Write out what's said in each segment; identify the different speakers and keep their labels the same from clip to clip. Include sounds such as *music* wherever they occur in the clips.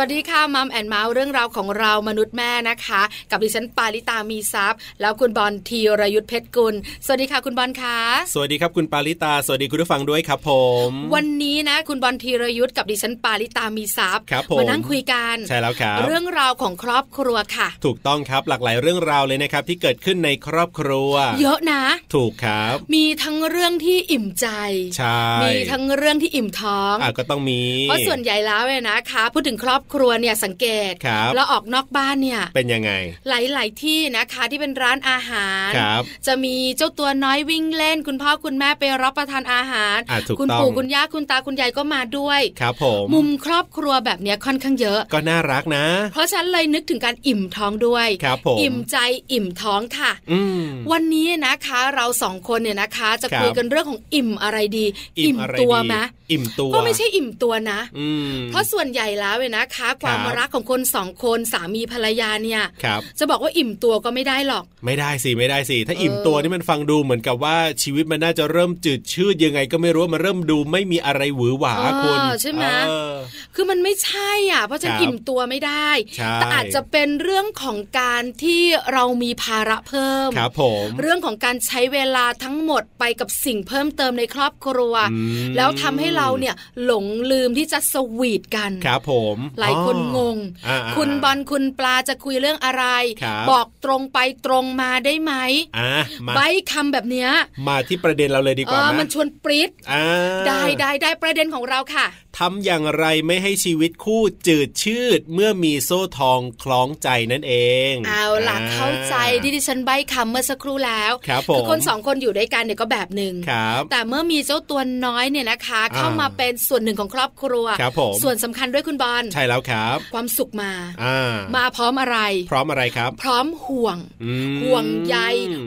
Speaker 1: สวัสดีค่ะมัมแอนเมาส์เรื่องราวของเรามนุษย์แม่นะคะ กับดิฉันปาริตามีซัพย์ แล้วคุณบอลธีรยุทธเพชรกุล สวัสดีค่ะคุณบอลคะ
Speaker 2: สวัสดีครับคุณปาริตา สวัสดีคุณผู้ฟังด้วยครับผม
Speaker 1: วันนี้นะ คุณบอลธีรยุทธกับดิฉันปาริตามีซัพย์
Speaker 2: ครับผม
Speaker 1: มานั่งคุยกัน
Speaker 2: ใช่แล้วครับ
Speaker 1: เรื่องราวของครอบครัวค่ะ
Speaker 2: ถูกต้องครับหลากหลายเรื่องราวเลยนะครับ ที่เกิดขึ้นในครอบครัว
Speaker 1: เยอะนะ
Speaker 2: ถูกครับ
Speaker 1: มีทั้งเรื่องที่อิ่มใจ
Speaker 2: ใช่
Speaker 1: มีทั้งเรื่องที่อิ่มท้อง
Speaker 2: อ่ะก็ต้องมี
Speaker 1: เพราะส่วนใหญ่แล้วเนี่ยนะคะพูดถึงครอบครัวเนี่ยสังเกต
Speaker 2: ครับ
Speaker 1: แล้วออกนอกบ้านเนี่ย
Speaker 2: เป็นยังไง
Speaker 1: หลาย ๆ ที่นะคะที่เป็นร้านอาหาร
Speaker 2: ครับ
Speaker 1: จะมีเจ้าตัวน้อยวิ่งเล่น คุณพ่อคุณแม่ไปรับประทานอาหาร
Speaker 2: อ่ะถูก
Speaker 1: คุณ
Speaker 2: ต้อง
Speaker 1: ปู่คุณย่าคุณตาคุณยายก็มาด้วย
Speaker 2: ครับผม
Speaker 1: มุมครอบครัวแบบเนี้ยค่อนข้างเยอะ
Speaker 2: ก็น่ารักนะ
Speaker 1: เพราะฉะนั้นเลยนึกถึงการอิ่มท้องด้วย
Speaker 2: ครับผม
Speaker 1: อิ่มใจอิ่มท้องค่ะ
Speaker 2: อืม
Speaker 1: วันนี้นะคะเราสองคนเนี่ยนะคะ จะ
Speaker 2: ครับ
Speaker 1: คุยกันเรื่องของอิ่มอะไรดี
Speaker 2: อะไร
Speaker 1: ตัว
Speaker 2: ดี
Speaker 1: ไหม
Speaker 2: อิ่มตัว
Speaker 1: ก็ไม่ใช่อิ่มตัวนะ
Speaker 2: อืม
Speaker 1: เพราะส่วนใหญ่แล้วเนี่ยนะคะ ความ
Speaker 2: ครับ
Speaker 1: รักของคนสองคนสามีภรรยาเนี่ย
Speaker 2: ครับ
Speaker 1: จะบอกว่าอิ่มตัวก็ไม่ได้หรอก
Speaker 2: ไม่ได้สิไม่ได้สิถ้าอิ่ม
Speaker 1: เออ
Speaker 2: ตัวนี่มันฟังดูเหมือนกับว่าชีวิตมันน่าจะเริ่มจืดชืดยังไงก็ไม่รู้มันเริ่มดูไม่มีอะไรหวือหวาคุณ
Speaker 1: เออใช่ไหม
Speaker 2: เออ
Speaker 1: คือมันไม่ใช่อ่ะ เพราะฉะนัน
Speaker 2: ครับ
Speaker 1: อิ่มตัวไม่ได้
Speaker 2: ใช่
Speaker 1: แต่อาจจะเป็นเรื่องของการที่เรามีภาระเพิ่ม
Speaker 2: ครับผม
Speaker 1: เรื่องของการใช้เวลาทั้งหมดไปกับสิ่งเพิ่มเติมในครอบครัว
Speaker 2: อืม
Speaker 1: แล้วทำให้เราเนี่ยหลงลืมที่จะสวีทกัน
Speaker 2: ครับผม
Speaker 1: หลายคน
Speaker 2: อ๋อง
Speaker 1: ง
Speaker 2: อ่าๆ
Speaker 1: คุณบอลคุณปลาจะคุยเรื่องอะไร
Speaker 2: ครับ
Speaker 1: อกตรงไปตรงมาได้ไหม
Speaker 2: อ่ะมา
Speaker 1: ใบคำแบบเนี้ย
Speaker 2: มาที่ประเด็นเราเลยดีก
Speaker 1: เอ
Speaker 2: ว่า
Speaker 1: อ
Speaker 2: ไหม
Speaker 1: มันชวนปริ๊ด
Speaker 2: อ่า
Speaker 1: ได้ได้ได้ประเด็นของเราค่ะ
Speaker 2: ทำอย่างไรไม่ให้ชีวิตคู่จืดชืดเมื่อมีโซ่ทองคล้องใจนั่นเอง
Speaker 1: เอาล่ะ
Speaker 2: อ่
Speaker 1: เข้าใจที่ดิฉันใบคำเมื่อสักครู่แล้ว
Speaker 2: ครับผม
Speaker 1: อคนสองคนอยู่ด้วยกันเนี่ยก็แบบหนึ่ง
Speaker 2: ครับ
Speaker 1: แต่เมื่อมีเจ้าตัวน้อยเนี่ยนะคะ
Speaker 2: อ่า
Speaker 1: เข้ามาเป็นส่วนหนึ่งของครอบครัว
Speaker 2: ครับผม
Speaker 1: ส่วนสำคัญด้วยคุณบอล
Speaker 2: ใช่แล้วครับ
Speaker 1: ความสุขมา
Speaker 2: อ่า
Speaker 1: มาพร้อมอะไร
Speaker 2: พร้อมอะไรครับ
Speaker 1: พร้อมห่วง
Speaker 2: อืม
Speaker 1: ห่วงใย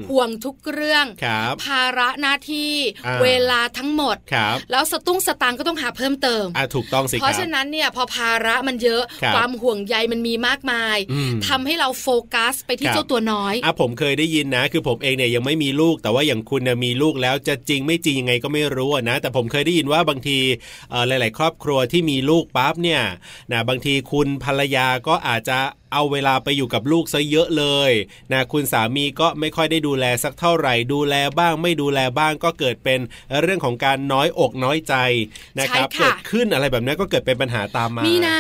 Speaker 1: ห่วงทุกเรื่อง
Speaker 2: ครับ
Speaker 1: ภาระหน้าที่
Speaker 2: อ่า
Speaker 1: เวลาทั้งหมด
Speaker 2: ครับ
Speaker 1: แล้วสตุ้งสตางค์ก็ต้องหาเพิ่มเติม
Speaker 2: อ่ะถูกต้องสิค
Speaker 1: เพ
Speaker 2: รับ
Speaker 1: ราะฉะนั้นเนี่ยพอภาระมันเยอะ
Speaker 2: ครับ
Speaker 1: ความห่วงใยมันมีมากมาย
Speaker 2: อืม
Speaker 1: ทำให้เราโฟกัสไปที่
Speaker 2: ครับ
Speaker 1: เจ้าตัวน้อย
Speaker 2: อ่ะผมเคยได้ยินนะ คือผมเองเนี่ยยังไม่มีลูกแต่ว่าอย่างคุณเนี่ยมีลูกแล้วจะจริงไม่จริงยังไงก็ไม่รู้อะนะแต่ผมเคยได้ยินว่าบางทีเอ่อหลาย ๆ ครอบครัวที่มีลูกปั๊บเนี่ยนะบางทีคุณภรรยาก็อาจจะเอาเวลาไปอยู่กับลูกซะเยอะเลยนะคุณสามีก็ไม่ค่อยได้ดูแลสักเท่าไหร่ ดูแลบ้างไม่ดูแลบ้างก็เกิดเป็นเรื่องของการน้อยอกน้อยใจนะครับ
Speaker 1: ใช่ค่ะ
Speaker 2: เกิดขึ้นอะไรแบบนี้ก็เกิดเป็นปัญหาตามมา
Speaker 1: มีนะ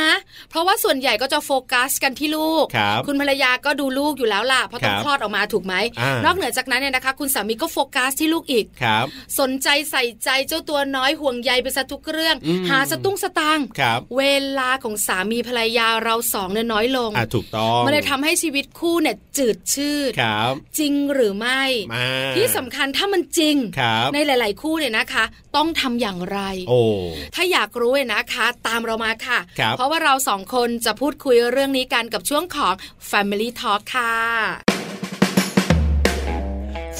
Speaker 1: เพราะว่าส่วนใหญ่ก็จะโฟกัสกันที่ลูก
Speaker 2: ครับ
Speaker 1: ณภรรยาก็ดูลูกอยู่แล้วล่ะเพราะต้อง
Speaker 2: ครับ
Speaker 1: คลอดออกมาถูกไหม
Speaker 2: อ่าน น
Speaker 1: อกเหนือจากนั้นเนี่ยนะคะ คุณสามีก็โฟกัสที่ลูกอีก
Speaker 2: ครับ
Speaker 1: สนใจใส่ใจเจ้าตัวน้อยห่วงใยไปซะทุกเรื่อง
Speaker 2: อืม
Speaker 1: หาสตุ้งสตางค์
Speaker 2: ครับ
Speaker 1: เวลาของสามีภรรยาเราสองเนี่ยน้อยลง
Speaker 2: อ่ะถูกต้อง
Speaker 1: มันเลยทำให้ชีวิตคู่เนี่ยจืดชืด
Speaker 2: ครับ
Speaker 1: จริงหรือไม่
Speaker 2: มา
Speaker 1: ที่สำคัญถ้ามันจริง
Speaker 2: ครับ
Speaker 1: ในหลาย ๆ คู่เนี่ยนะคะ ต้องทำอย่างไร
Speaker 2: โอ้
Speaker 1: ถ้าอยากรู้เนี่ยนะคะ ตามเรามาค่ะ
Speaker 2: ครับ
Speaker 1: เพราะว่าเราสองคนจะพูดคุยเรื่องนี้กันกับช่วงของ Family Talk ค่ะ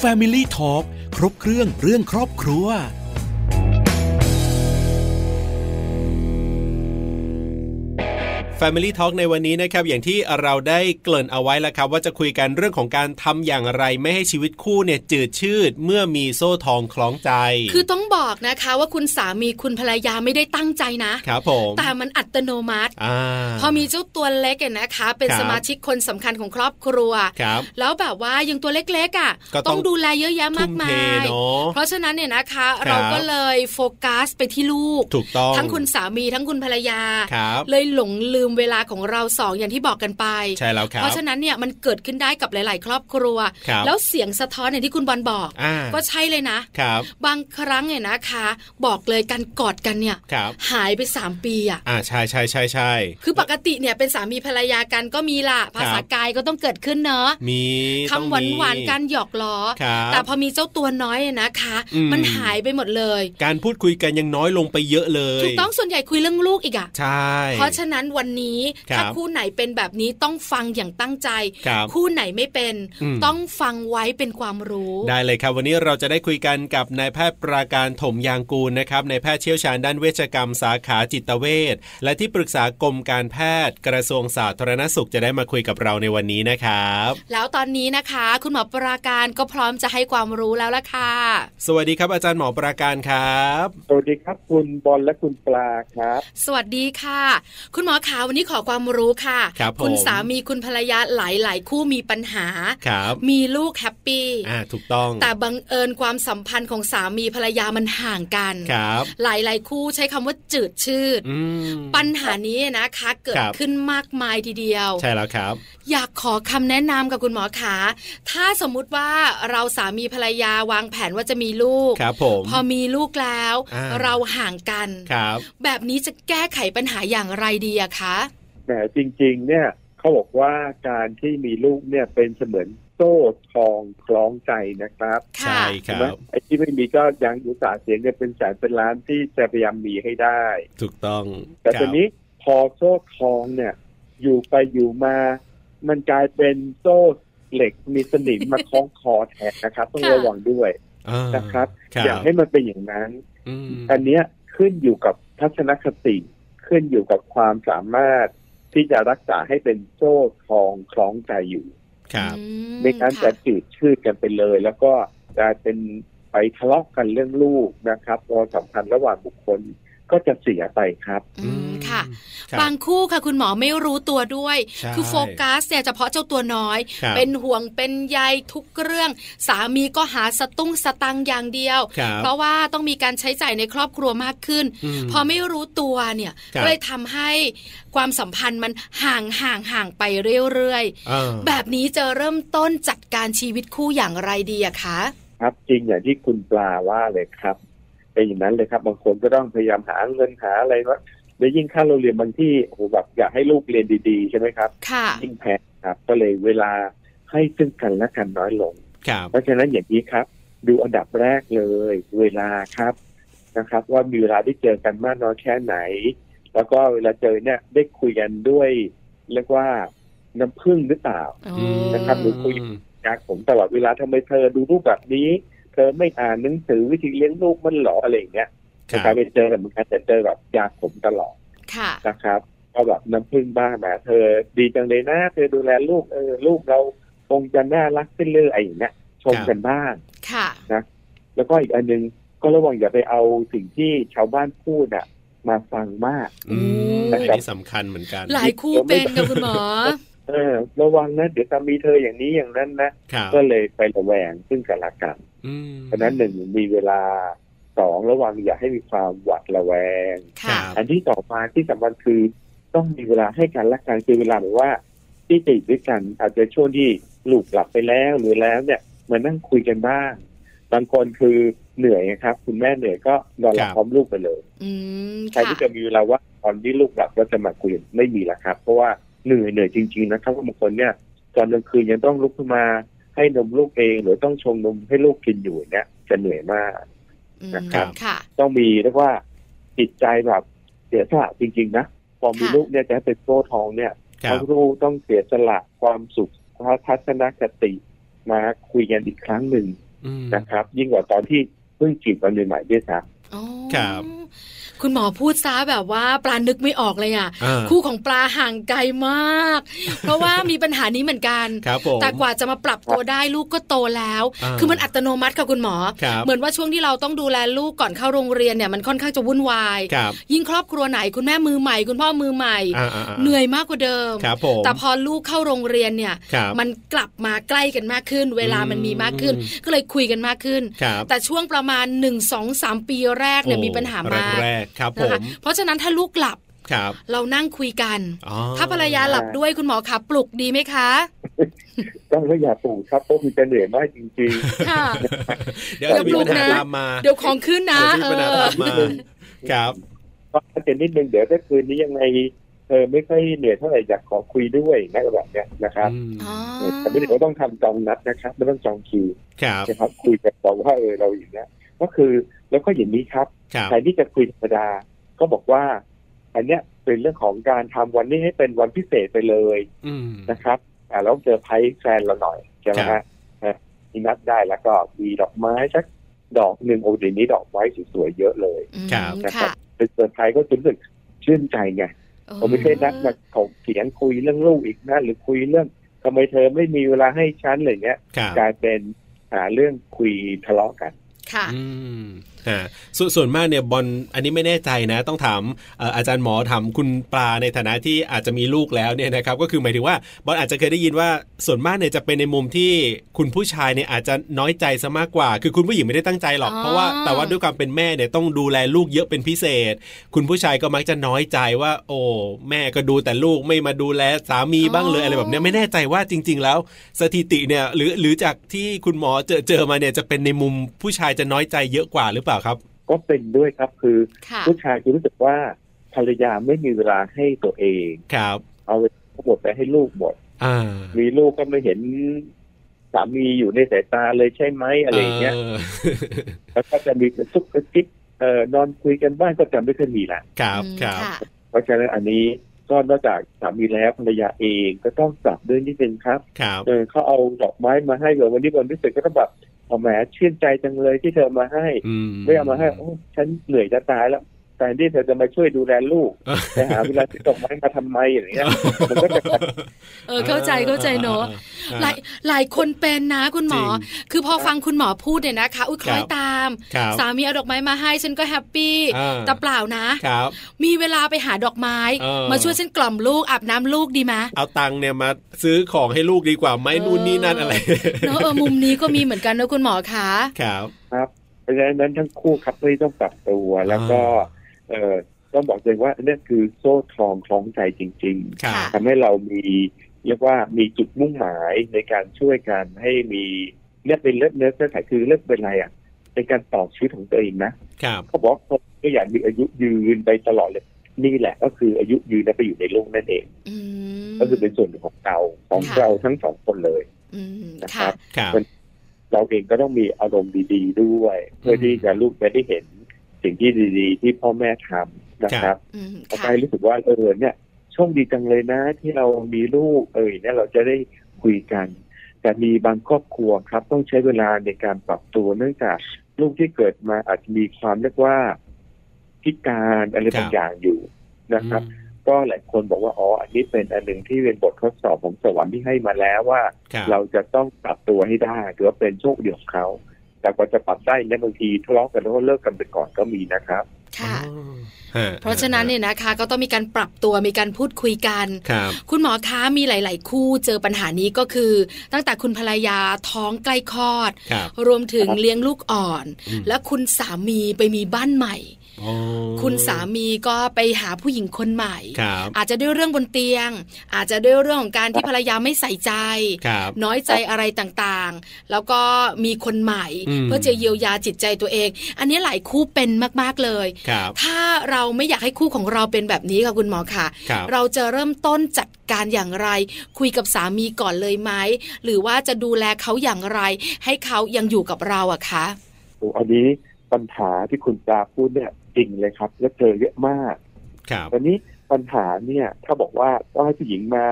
Speaker 3: Family Talk ครบเครื่องเรื่องครอบครัว
Speaker 2: Family Talk ในวันนี้นะครับอย่างที่เราได้เกริ่นเอาไว้แล้วครับ ว่าจะคุยกันเรื่องของการทำอย่างไรไม่ให้ชีวิตคู่เนี่ยจืดชืดเมื่อมีโซ่ทองคล้องใจ
Speaker 1: คือต้องบอกนะคะว่าคุณสามีคุณภรรยาไม่ได้ตั้งใจนะ
Speaker 2: ครับผม
Speaker 1: แต่มันอัตโนมัติ
Speaker 2: อ่า
Speaker 1: พอมีเจ้าตัวเล็กเนี่ยนะคะ เป็น
Speaker 2: ครับ
Speaker 1: สมาชิกคนสำคัญของครอบครัว
Speaker 2: ครับ
Speaker 1: แล้วแบบว่ายังตัวเล็กๆอ่ะ
Speaker 2: ก็ต้อง
Speaker 1: ต้องดูแลเยอะแยะมา
Speaker 2: ทุ่
Speaker 1: ก
Speaker 2: ม
Speaker 1: มา
Speaker 2: เท
Speaker 1: ย
Speaker 2: เนาะ
Speaker 1: เพราะฉะนั้นเนี่ยนะคะ
Speaker 2: ครับ
Speaker 1: เราก็เลยโฟกัสไปที่ลูก
Speaker 2: ถูกต้อง
Speaker 1: ทั้งคุณสามีทั้งคุณภรรยา
Speaker 2: ครับ
Speaker 1: เลยหลงลืมเวลาของเราสองอย่างที่บอกกันไป
Speaker 2: ใช่แล้วครั
Speaker 1: เพ
Speaker 2: บ
Speaker 1: ราะฉะนั้นเนี่ยมันเกิดขึ้นได้กับหลาย ๆ ครอบครัว
Speaker 2: ครับ
Speaker 1: แล้วเสียงสะท้อนอย่างที่คุณบอลบอก
Speaker 2: อ่า
Speaker 1: ก็ใช่เลยนะ
Speaker 2: ครับ
Speaker 1: บางครั้งเนี่ยนะคะ บอกเลยการกอดกันเนี่ย
Speaker 2: ครับ
Speaker 1: หายไป 3 ปีอะ
Speaker 2: อ่าใช่ใช่ใช่ใช่
Speaker 1: คือปกติเนี่ยเป็นสามีภรรยากันก็มีละภาษา
Speaker 2: ครับ
Speaker 1: กายก็ต้องเกิดขึ้นเนอะ
Speaker 2: มี
Speaker 1: คำหวานหวานๆ
Speaker 2: กั
Speaker 1: กัน นหยอกล้อ
Speaker 2: ครับ
Speaker 1: แต่พอมีเจ้าตัวน้อยเนี่ยนะคะ
Speaker 2: อืม
Speaker 1: มันหายไปหมดเลย
Speaker 2: การพูดคุยกันยังน้อยลงไปเยอะเลย
Speaker 1: ถูกต้องส่วนใหญ่คุยเรื่องลูกอีกอะ
Speaker 2: ใช่
Speaker 1: เพราะฉะนั้นวัน นี้
Speaker 2: ครับ
Speaker 1: ถ้าคู่ไหนเป็นแบบนี้ต้องฟังอย่างตั้งใจ
Speaker 2: ครับ
Speaker 1: ไหนไม่เป็น
Speaker 2: อืม
Speaker 1: ต้องฟังไว้เป็นความรู้
Speaker 2: ได้เลยครับ วันนี้เราจะได้คุยกันกับนายแพทย์ปราการถมยางกูลนะครับนายแพทย์เชี่ยวชาญด้านเวชกรรมสาขาจิตเวชและที่ปรึกษากรมการแพทย์ กระทรวงสาธารณสุขจะได้มาคุยกับเราในวันนี้นะครับ
Speaker 1: แล้วตอนนี้นะคะ คุณหมอปราการก็พร้อมจะให้ความรู้แล้วล่ะค่ะ
Speaker 2: สวัสดีครับอาจารย์หมอปราการครับ
Speaker 4: สวัสดีครับคุณบอลและคุณปลาครับ
Speaker 1: สวัสดีค่ะ คุณหมอขาวันนี้ขอความรู้ค่ะ
Speaker 2: ครับผม
Speaker 1: ณสามีคุณภรรยาหลาย ๆ คู่มีปัญหา
Speaker 2: ครับ
Speaker 1: มีลูกแฮปปี้
Speaker 2: อ่าถูกต้อง
Speaker 1: แต่บังเอิญความสัมพันธ์ของสามีภรรยามันห่างกัน
Speaker 2: ครับ
Speaker 1: หลายๆ คู่ใช้คำว่าจืดชืด
Speaker 2: อืม
Speaker 1: ปัญหานี้นะคะเกิ
Speaker 2: ค
Speaker 1: ด
Speaker 2: รับ
Speaker 1: ขึ้นมากมายทีเดียว
Speaker 2: ใช่แล้วครับ
Speaker 1: อยากขอคำแนะนำกับคุณหมอขาถ้าสมมุติว่าเราสามีภรรยาวางแผนว่าจะมีลูก
Speaker 2: ครับผม
Speaker 1: พอมีลูกแล้ว
Speaker 2: อ่า
Speaker 1: เราห่างกัน
Speaker 2: ครับ
Speaker 1: แบบนี้จะแก้ไขปัญหาอย่างไรดีอะคะ
Speaker 4: แหมจริง ๆ เนี่ยเขาบอกว่าการที่มีลูกเนี่ยเป็นเสมือนโซ่ทองคล้องใจนะครับ
Speaker 2: ใช่ค
Speaker 4: ใช่
Speaker 2: รั
Speaker 4: ไหม
Speaker 2: บ
Speaker 4: ไอ้ที่ไม่มีก็ยังอุตส่าห์เสียเงินเป็นแสนเป็นล้านที่จะพยายามมีให้ได้
Speaker 2: ถูกต้อง
Speaker 4: แต่
Speaker 2: ครับ
Speaker 4: ตอนนี้พอโซ่ทองเนี่ย อยู่ไปอยู่มา มันกลายเป็นโซ่เหล็กมีสนิมมาคล้องคอแทนนะครับ ต้อง
Speaker 1: ค่ะ
Speaker 4: ระวังด้วย
Speaker 2: อ่า
Speaker 4: นะครับ
Speaker 2: ครับ
Speaker 4: อย่าให้มันเป็นอย่างนั้น
Speaker 2: อืม
Speaker 4: อันเนี้ยขึ้นอยู่กับทัศนคติขึ้นอยู่กับความสามารถที่จะรักษาให้เป็นโซ่ทองคล้องใจอยู่
Speaker 2: ครับ
Speaker 1: อืม
Speaker 4: ไม่งั้นจะ
Speaker 1: ค่ะ
Speaker 4: จืดชืดกันไปเลย แล้วก็กลายเป็นไปทะเลาะกันเรื่องลูกนะครับความสัมพันธ์ระหว่างบุคคลก็จะเสียไปครับ
Speaker 1: อืมค่ะ
Speaker 2: ครับ
Speaker 1: างคู่ค่ะคุณหมอไม่รู้ตัวด้วย
Speaker 2: ใช่
Speaker 1: คือโฟกัสเนี่ยเฉพาะเจ้าตัวน้อย
Speaker 2: ครับ
Speaker 1: เป็นห่วงเป็นใยทุกเรื่อง สามีก็หาสตุ้งสตังค์อย่างเดียว
Speaker 2: ครับ
Speaker 1: เพราะว่าต้องมีการใช้จ่ายในครอบครัวมากขึ้น
Speaker 2: ม
Speaker 1: พอไม่รู้ตัวเนี่ย
Speaker 2: ครับ
Speaker 1: ก็เลยทำให้ความสัมพันธ์มันห่างห่างห่างไปเรื่อย
Speaker 2: อ่า
Speaker 1: ๆ แบบนี้จะเริ่มต้นจัดการชีวิตคู่อย่างไรดีอะคะ
Speaker 4: ครับจริงอย่างที่คุณปลาว่าเลยครับเป็นอย่างนั้นเลยครับ บางคนก็ต้องพยายามหาเงินหาอะไรว่าแล้วยิ่งค่าโรงเรียนบางที่โอ้โหแบบอยากให้ลูกเรียนดีๆใช่ไหมครับ
Speaker 1: ค่ะ
Speaker 4: ยิ่งแพงครับก็เลยเวลาให้ซึ่งกันและกันน้อยลง
Speaker 2: ครับ
Speaker 4: เพราะฉะนั้นอย่างนี้ครับ ดูอันดับแรกเลย เวลาครับนะครับ ว่ามีเวลาได้เจอกันมากน้อยแค่ไหน แล้วก็เวลาเจอเนี่ยได้คุยกันด้วยเรียกว่าน้ำพึ่งหรือเปล่า นะครับหรือคุย จากผมตลอดเวลาทำไมเธอดูรูปแบบนี้ เธอไม่อ่านหนังสือวิธีเลี้ยงลูกมันเหรออะไรอย่างเงี้ย
Speaker 2: ครับ
Speaker 4: นะครับไปเจอแบบเหมือนกันแต่เจอแบบยากผมตลอด
Speaker 1: ค่ะ
Speaker 4: นะครับก็แบบน้ำพึ่งบ้างแหมเธอดีจังเลยนะ เธอดูแลลูกเออลูกเราคงจะน่ารักขึ้นเรื่อยอะไรอย่างเงี้ยชมกันบ้าง
Speaker 1: ค่ะ
Speaker 4: แล้วก็อีกอันหนึงก็ระวังอย่าไปเอาสิ่งที่ชาวบ้านพูดอะมาฟังมาก
Speaker 2: อืม
Speaker 4: นะ
Speaker 2: อัน
Speaker 4: ครับ
Speaker 2: นี้สำคัญเหมือนกัน
Speaker 1: หลายคู่เป็นกับคุณหมอ
Speaker 4: เออ ระวังนะเดี๋ยวจะมีเธออย่างนี้อย่างนั้นนะครับก็เลยไประแวงซึ่งกันและกัน
Speaker 2: อืม
Speaker 4: เพราะฉะนั้นหนึ่งมีเวลาสองระวังอย่าให้มีความหวาดระแวง
Speaker 1: ค่ะ
Speaker 2: ครับ
Speaker 4: อันที่ต่อมาที่สำคัญคือต้องมีเวลาให้กันและกันคือเวลาแบบว่า ที่ติดด้วยกัน อาจจะช่วงที่ลูกหลับไปแล้วหรือแล้วเนี่ยมานั่งคุยกันบ้างบางคนคือเหนื่อยนะครับ คุณแม่เหนื่อยก็นอนหลั
Speaker 2: ค
Speaker 4: บ
Speaker 2: รับ
Speaker 4: พร้อมลูกไปเลย
Speaker 1: อืม
Speaker 4: ใคร
Speaker 1: ค่ะ
Speaker 4: ที่จะมีเวลาว่าตอนที่ลูกหลับก็จะมาคุยกันไม่มีละครับ เพราะว่าเหนื่อยเหนื่อยจริง ๆ นะครับเพราะบางคนเนี่ยตอนกลางคืนยังต้องลุกขึ้นมาให้นมลูกเอง หรือต้องชงนมให้ลูกกินอยู่เนี่ยจะเหนื่อยมาก
Speaker 1: อืม
Speaker 4: นะครับ
Speaker 1: ค่ะ
Speaker 4: ต้องมีเรียกว่าจิตใจแบบเสียสละจริงๆนะพอมี
Speaker 1: ค่ะ
Speaker 4: ลูกเนี่ยจะให้เป็นโซ่ทองเนี่ย
Speaker 2: ครั
Speaker 4: ทั้
Speaker 2: บ
Speaker 4: งลูกต้องเสียสละความสุขทัศนคติมาคุยกันอีกครั้งหนึ่ง
Speaker 2: อืม
Speaker 4: นะครับ ยิ่งกว่าตอนที่เพิ่งจีบกันใหม่ๆด้วยซ้
Speaker 1: อ๋อ
Speaker 2: ครับ
Speaker 1: คุณหมอพูดซะแบบว่าปลานึกไม่ออกเลยอ่ะ
Speaker 2: อ่า
Speaker 1: คู่ของปลาห่างไกลมาก เพราะว่ามีปัญหานี้เหมือนกัน
Speaker 2: ครับผม
Speaker 1: แต่กว่าจะมาปรับตัวได้ลูกก็โตแล้ว
Speaker 2: อ่า
Speaker 1: คือมันอัตโนมัติค่ะคุณหมอ
Speaker 2: ครับ
Speaker 1: เหมือนว่าช่วงที่เราต้องดูแลลูกก่อนเข้าโรงเรียนเนี่ยมันค่อนข้างจะวุ่นวาย
Speaker 2: ครับ
Speaker 1: ยิ่งครอบครัวไหนคุณแม่มือใหม่คุณพ่อมือใหม่
Speaker 2: อ่าาา
Speaker 1: เหนื่อยมากกว่าเดิม
Speaker 2: ครับผม
Speaker 1: แต่พอลูกเข้าโรงเรียนเนี่ย
Speaker 2: ครับ
Speaker 1: มันกลับมาใกล้กันมากขึ้น เวลามันมีมากขึ้น
Speaker 2: อืม
Speaker 1: ก็เลยคุยกันมากขึ้น
Speaker 2: ครับ
Speaker 1: แต่ช่วงประมาณ 1 2 3 ปีแรกเนี่ย
Speaker 2: โอ้
Speaker 1: มีปัญหามาก
Speaker 2: แรกๆครับผ
Speaker 1: นะคะ
Speaker 2: ม
Speaker 1: เพราะฉะนั้นถ้าลูกหลับ
Speaker 2: ครับ
Speaker 1: เรานั่งคุยกัน
Speaker 2: อ๋อ
Speaker 1: ถ้าภรรยาหลับด้วยคุณหมอคะปลุกดีไหมคะ
Speaker 4: ำต้องก็อย่าปลูกครับเพราะมันจะเหนื่อยมากจริง
Speaker 1: ค่ะ
Speaker 2: เดี๋ยวจะมีปัญหา
Speaker 1: เดี๋ยวปลุกนะ
Speaker 2: ตามมา
Speaker 1: *laughs* เดี๋ยวของขึ้นนะ
Speaker 2: เดี๋ยวมี
Speaker 1: เอ
Speaker 2: ปัญหา
Speaker 1: อ
Speaker 2: ตามมาครับ
Speaker 4: ๆ เพราะถ้าเป็นนิดนึงเดี๋ยวถ้าคืนนี้ยังไงเธอไม่ค่อยเหนื่อยเท่าไหร่อยากขอคุยด้วยนะแบบเนี้ยนะครับ
Speaker 2: อืม
Speaker 1: อ๋อ
Speaker 4: แต่ไม่ได้ว่าต้องทำจองนัดนะครับไม่ต้องจองคิว
Speaker 2: ครับ
Speaker 4: นะครับคุยกันบอกว่าเออเราอย่างเงี้ยก็คือแล้วก็อย่างนี้ครับ
Speaker 2: ครับ
Speaker 4: ใครที่จะคุยธรรมดาก็บอกว่า อันเนี้ยเป็นเรื่องของการทำวันนี้ให้เป็นวันพิเศษไปเลย
Speaker 2: อืม
Speaker 4: นะครับอ่าแล้วเจอไพ่แฟนเราหน่อยใช่ไหม
Speaker 2: ครั
Speaker 4: ฮะ
Speaker 2: บ
Speaker 4: นะมีนัดได้แล้วก็มีดอกไม้สักดอกหนึ่งโอ้เดี๋ยวนี้ดอกไม้สวยๆเยอะเลย
Speaker 1: อืม
Speaker 2: ครับ
Speaker 4: นะครั
Speaker 1: ค่ะ
Speaker 4: บเป็นเซอร์ไพรส์ก็รู้สึกชื่นใจไงผมไม่ใช่นัดมาถกเถียงคุยเรื่องลูกอีกนะหรือคุยเรื่องทำไมเธอไม่มีเวลาให้ฉันอะไรเงี้ย
Speaker 2: ครับ
Speaker 4: กลายเป็นหาเรื่องคุยทะเลาะกัน
Speaker 1: ค่ะ
Speaker 2: อืมอ่าส่วนส่วนมากเนี่ยบอลอันนี้ไม่แน่ใจนะ ต้องถามเอ่ออาจารย์หมอถามคุณปลาในฐานะที่อาจจะมีลูกแล้วเนี่ยนะครับ ก็คือหมายถึงว่าบอลอาจจะเคยได้ยินว่าส่วนมากเนี่ยจะเป็นในมุมที่คุณผู้ชายเนี่ยอาจจะน้อยใจซะมากกว่า คือคุณผู้หญิงไม่ได้ตั้งใจหรอก
Speaker 1: อ๋อ
Speaker 2: เพราะว่าแต่ว่าด้วยความเป็นแม่เนี่ยต้องดูแลลูกเยอะเป็นพิเศษ คุณผู้ชายก็มักจะน้อยใจว่า โอ้แม่ก็ดูแต่ลูกไม่มาดูแลสามีบ้างเลยอะไรแบบเนี้ยไม่แน่ใจว่าจริง ๆ แล้ว สถิติเนี่ยหรือหรือจากที่คุณหมอเจอเจอมาเนี่ยจะเป็นในมุมผู้ชายจะน้อยใจเยอะกว่าหรือเปล่าครับ
Speaker 4: ก็เป็นด้วยครับคือ
Speaker 1: ค่ะ
Speaker 4: ผู้ชายจะรู้สึกว่าภรรยาไม่มีเวลาให้ตัวเอง
Speaker 2: ครับ
Speaker 4: เอาเวลาทั้งหมดไปให้ลูกหมด
Speaker 2: อ่า
Speaker 4: มีลูกก็ไม่เห็นสามีอยู่ในสายตาเลยใช่ไหมอะไรอย่างเงี้ย
Speaker 2: อ
Speaker 4: แล้วก็จะมีกระซุกกระซิบเอ่อนอนคุยกันบ้างก็จะไม่ค่อยมีละ
Speaker 2: ครับ
Speaker 1: อืม
Speaker 2: ครับ
Speaker 1: ค่ะ
Speaker 4: เพราะฉะนั้นอันนี้ก็นอกจากสามีแล้วภรรยาเองก็ต้องปรับด้วยนิดนึงครับ
Speaker 2: ครับ
Speaker 4: เออเขาเอาดอกไม้มาให้เลยวันนี้วันพิเศษก็ต้องแบบเอาแหมชื่นใจจังเลยที่เธอมาให้
Speaker 2: อืม
Speaker 4: ไม่เอามาให้โอ้ฉันเหนื่อยจะตายแล้ว แต่ที่เธอจะมาช่วยดูแลลูก
Speaker 2: *laughs*
Speaker 4: ไปหาเวลาที่ดอกไม้มาทำไมอย่างเงี้ย มันก็จะ
Speaker 1: เออเข้าใจเข้าใจเนอะ
Speaker 2: อ่
Speaker 1: หลายหลายคนเป็นนะคุณหมอ
Speaker 2: จริง
Speaker 1: คือพอฟังคุณหมอพูดเนี่ยนะคะอุ้ยคล้อย
Speaker 2: ครับ
Speaker 1: ตาม
Speaker 2: ครับ
Speaker 1: สามีเอาดอกไม้มาให้ฉันก็แฮปปี้
Speaker 2: อ่า
Speaker 1: แต่เปล่านะ
Speaker 2: ครับ
Speaker 1: มีเวลาไปหาดอกไม้
Speaker 2: เออ
Speaker 1: มาช่วยฉันกล่อมลูกอาบน้ำลูกดีไหม
Speaker 2: เอาตังค์เนี่ยมาซื้อของให้ลูกดีกว่าไหม
Speaker 1: เออ
Speaker 2: นู่นนี่นั่นอะไร
Speaker 1: เนอะเออมุมนี้ก็มีเหมือนกันนะคุณหมอคะ
Speaker 2: ครับ
Speaker 4: เพราะฉะนั้นทั้งคู่ครับเลยต้องปรับตัวแล้วก็ เออต้องบอกเลยว่าเนี่ยคือโซ่ทองคล้องใจจริง
Speaker 2: ครั
Speaker 1: ค่ะ
Speaker 2: บ
Speaker 4: ๆทำให้เรามีเรียกว่ามีจุดมุ่งหมายในการช่วยกันให้มีเนี่ยเป็นเลือดเนื้อเส้นสายคือเลือดเป็นอะไรอ่ะเป็นการต่อชีวิตของตัวเองนะ
Speaker 2: ครับ
Speaker 4: เขาบอกว่าคนก็อยากมีอายุยืนไปตลอดเลย นี่แหละก็คืออายุยืนและไปอยู่ในโลกนั่นเอง
Speaker 1: อืม
Speaker 4: ก็คือเป็นส่วนหนึ่งของเราของ
Speaker 1: ค่ะ
Speaker 4: เราทั้งสองคนเลย
Speaker 1: อืม
Speaker 4: นะครั
Speaker 1: ค่ะ
Speaker 4: บ
Speaker 2: ครับ
Speaker 4: เราเองก็ต้องมีอารมณ์ดี ๆ ด้วย เพื่อ
Speaker 2: ม
Speaker 4: ที่จะลูกจะได้เห็นสิ่งที่ดี ๆ ที่พ่อแม่ทำนะครับ
Speaker 1: อืม
Speaker 4: แล้วก็
Speaker 1: ค่ะ
Speaker 4: ให้รู้สึกว่าเออเนี่ยโชคดีจังเลยนะ ที่เรามีลูกเออเนี่ยเราจะได้คุยกัน แต่มีบางครอบครัวครับ ต้องใช้เวลาในการปรับตัวเนื่องจากลูกที่เกิดมาอาจจะมีความเรียกว่าพิการอะไร
Speaker 2: ครับ
Speaker 4: า
Speaker 2: บ
Speaker 4: งอย่างอยู่นะครับ
Speaker 2: อืม
Speaker 4: ก็หลายคนบอกว่าอ๋ออันนี้เป็นอันหนึ่งที่เป็นบททดสอบของสวรรค์ที่ให้มาแล้วว่า
Speaker 2: ครับ
Speaker 4: เราจะต้องปรับตัวให้ได้ถือว่าเป็นโชคดีของเขา แต่กว่าจะปรับได้เนี่ยบางทีทะเลาะกันแล้วก็เลิกกันไปก่อนก็มีนะครับ
Speaker 1: ค่ะ
Speaker 2: อ๋อฮ
Speaker 1: เพราะฉะนั้นเนี่ยนะคะก็ต้องมีการปรับตัวมีการพูดคุยกัน
Speaker 2: ครับ
Speaker 1: คุณหมอคะมีหลาย ๆ คู่เจอปัญหานี้ก็คือ ตั้งแต่คุณภรรยาท้องใกล้คลอด
Speaker 2: ครับ
Speaker 1: รวมถึง
Speaker 4: ครับ
Speaker 1: เลี้ยงลูกอ่อน
Speaker 2: อืม
Speaker 1: และคุณสามีไปมีบ้านใหม่
Speaker 2: อ๋อ
Speaker 1: คุณสามีก็ไปหาผู้หญิงคนใหม่
Speaker 2: ครับ
Speaker 1: อาจจะด้วยเรื่องบนเตียง อาจจะด้วยเรื่องของการที่ภรรยาไม่ใส่ใจ
Speaker 2: ครับ
Speaker 1: น้อยใจอะไรต่างๆ แล้วก็มีคนใหม่
Speaker 2: อืม
Speaker 1: เพื่อจะเยียวยาจิตใจตัวเอง อันนี้หลายคู่เป็นมากๆเลย
Speaker 2: ครับ
Speaker 1: ถ้าเราไม่อยากให้คู่ของเราเป็นแบบนี้ค่ะคุณหมอค่ะ
Speaker 2: ครับ
Speaker 1: เราจะเริ่มต้นจัดการอย่างไร คุยกับสามีก่อนเลยไหมหรือว่าจะดูแลเขาอย่างไร ให้เขายังอยู่กับเราอะคะ
Speaker 4: โอ้อันนี้ปัญหาที่คุณปลาพูดเนี่ยจริงเลยครับ และเจอเยอะมาก
Speaker 2: ครับ
Speaker 4: ตอนนี้ปัญหาเนี่ย ถ้าบอกว่าต้องให้ผู้หญิงมา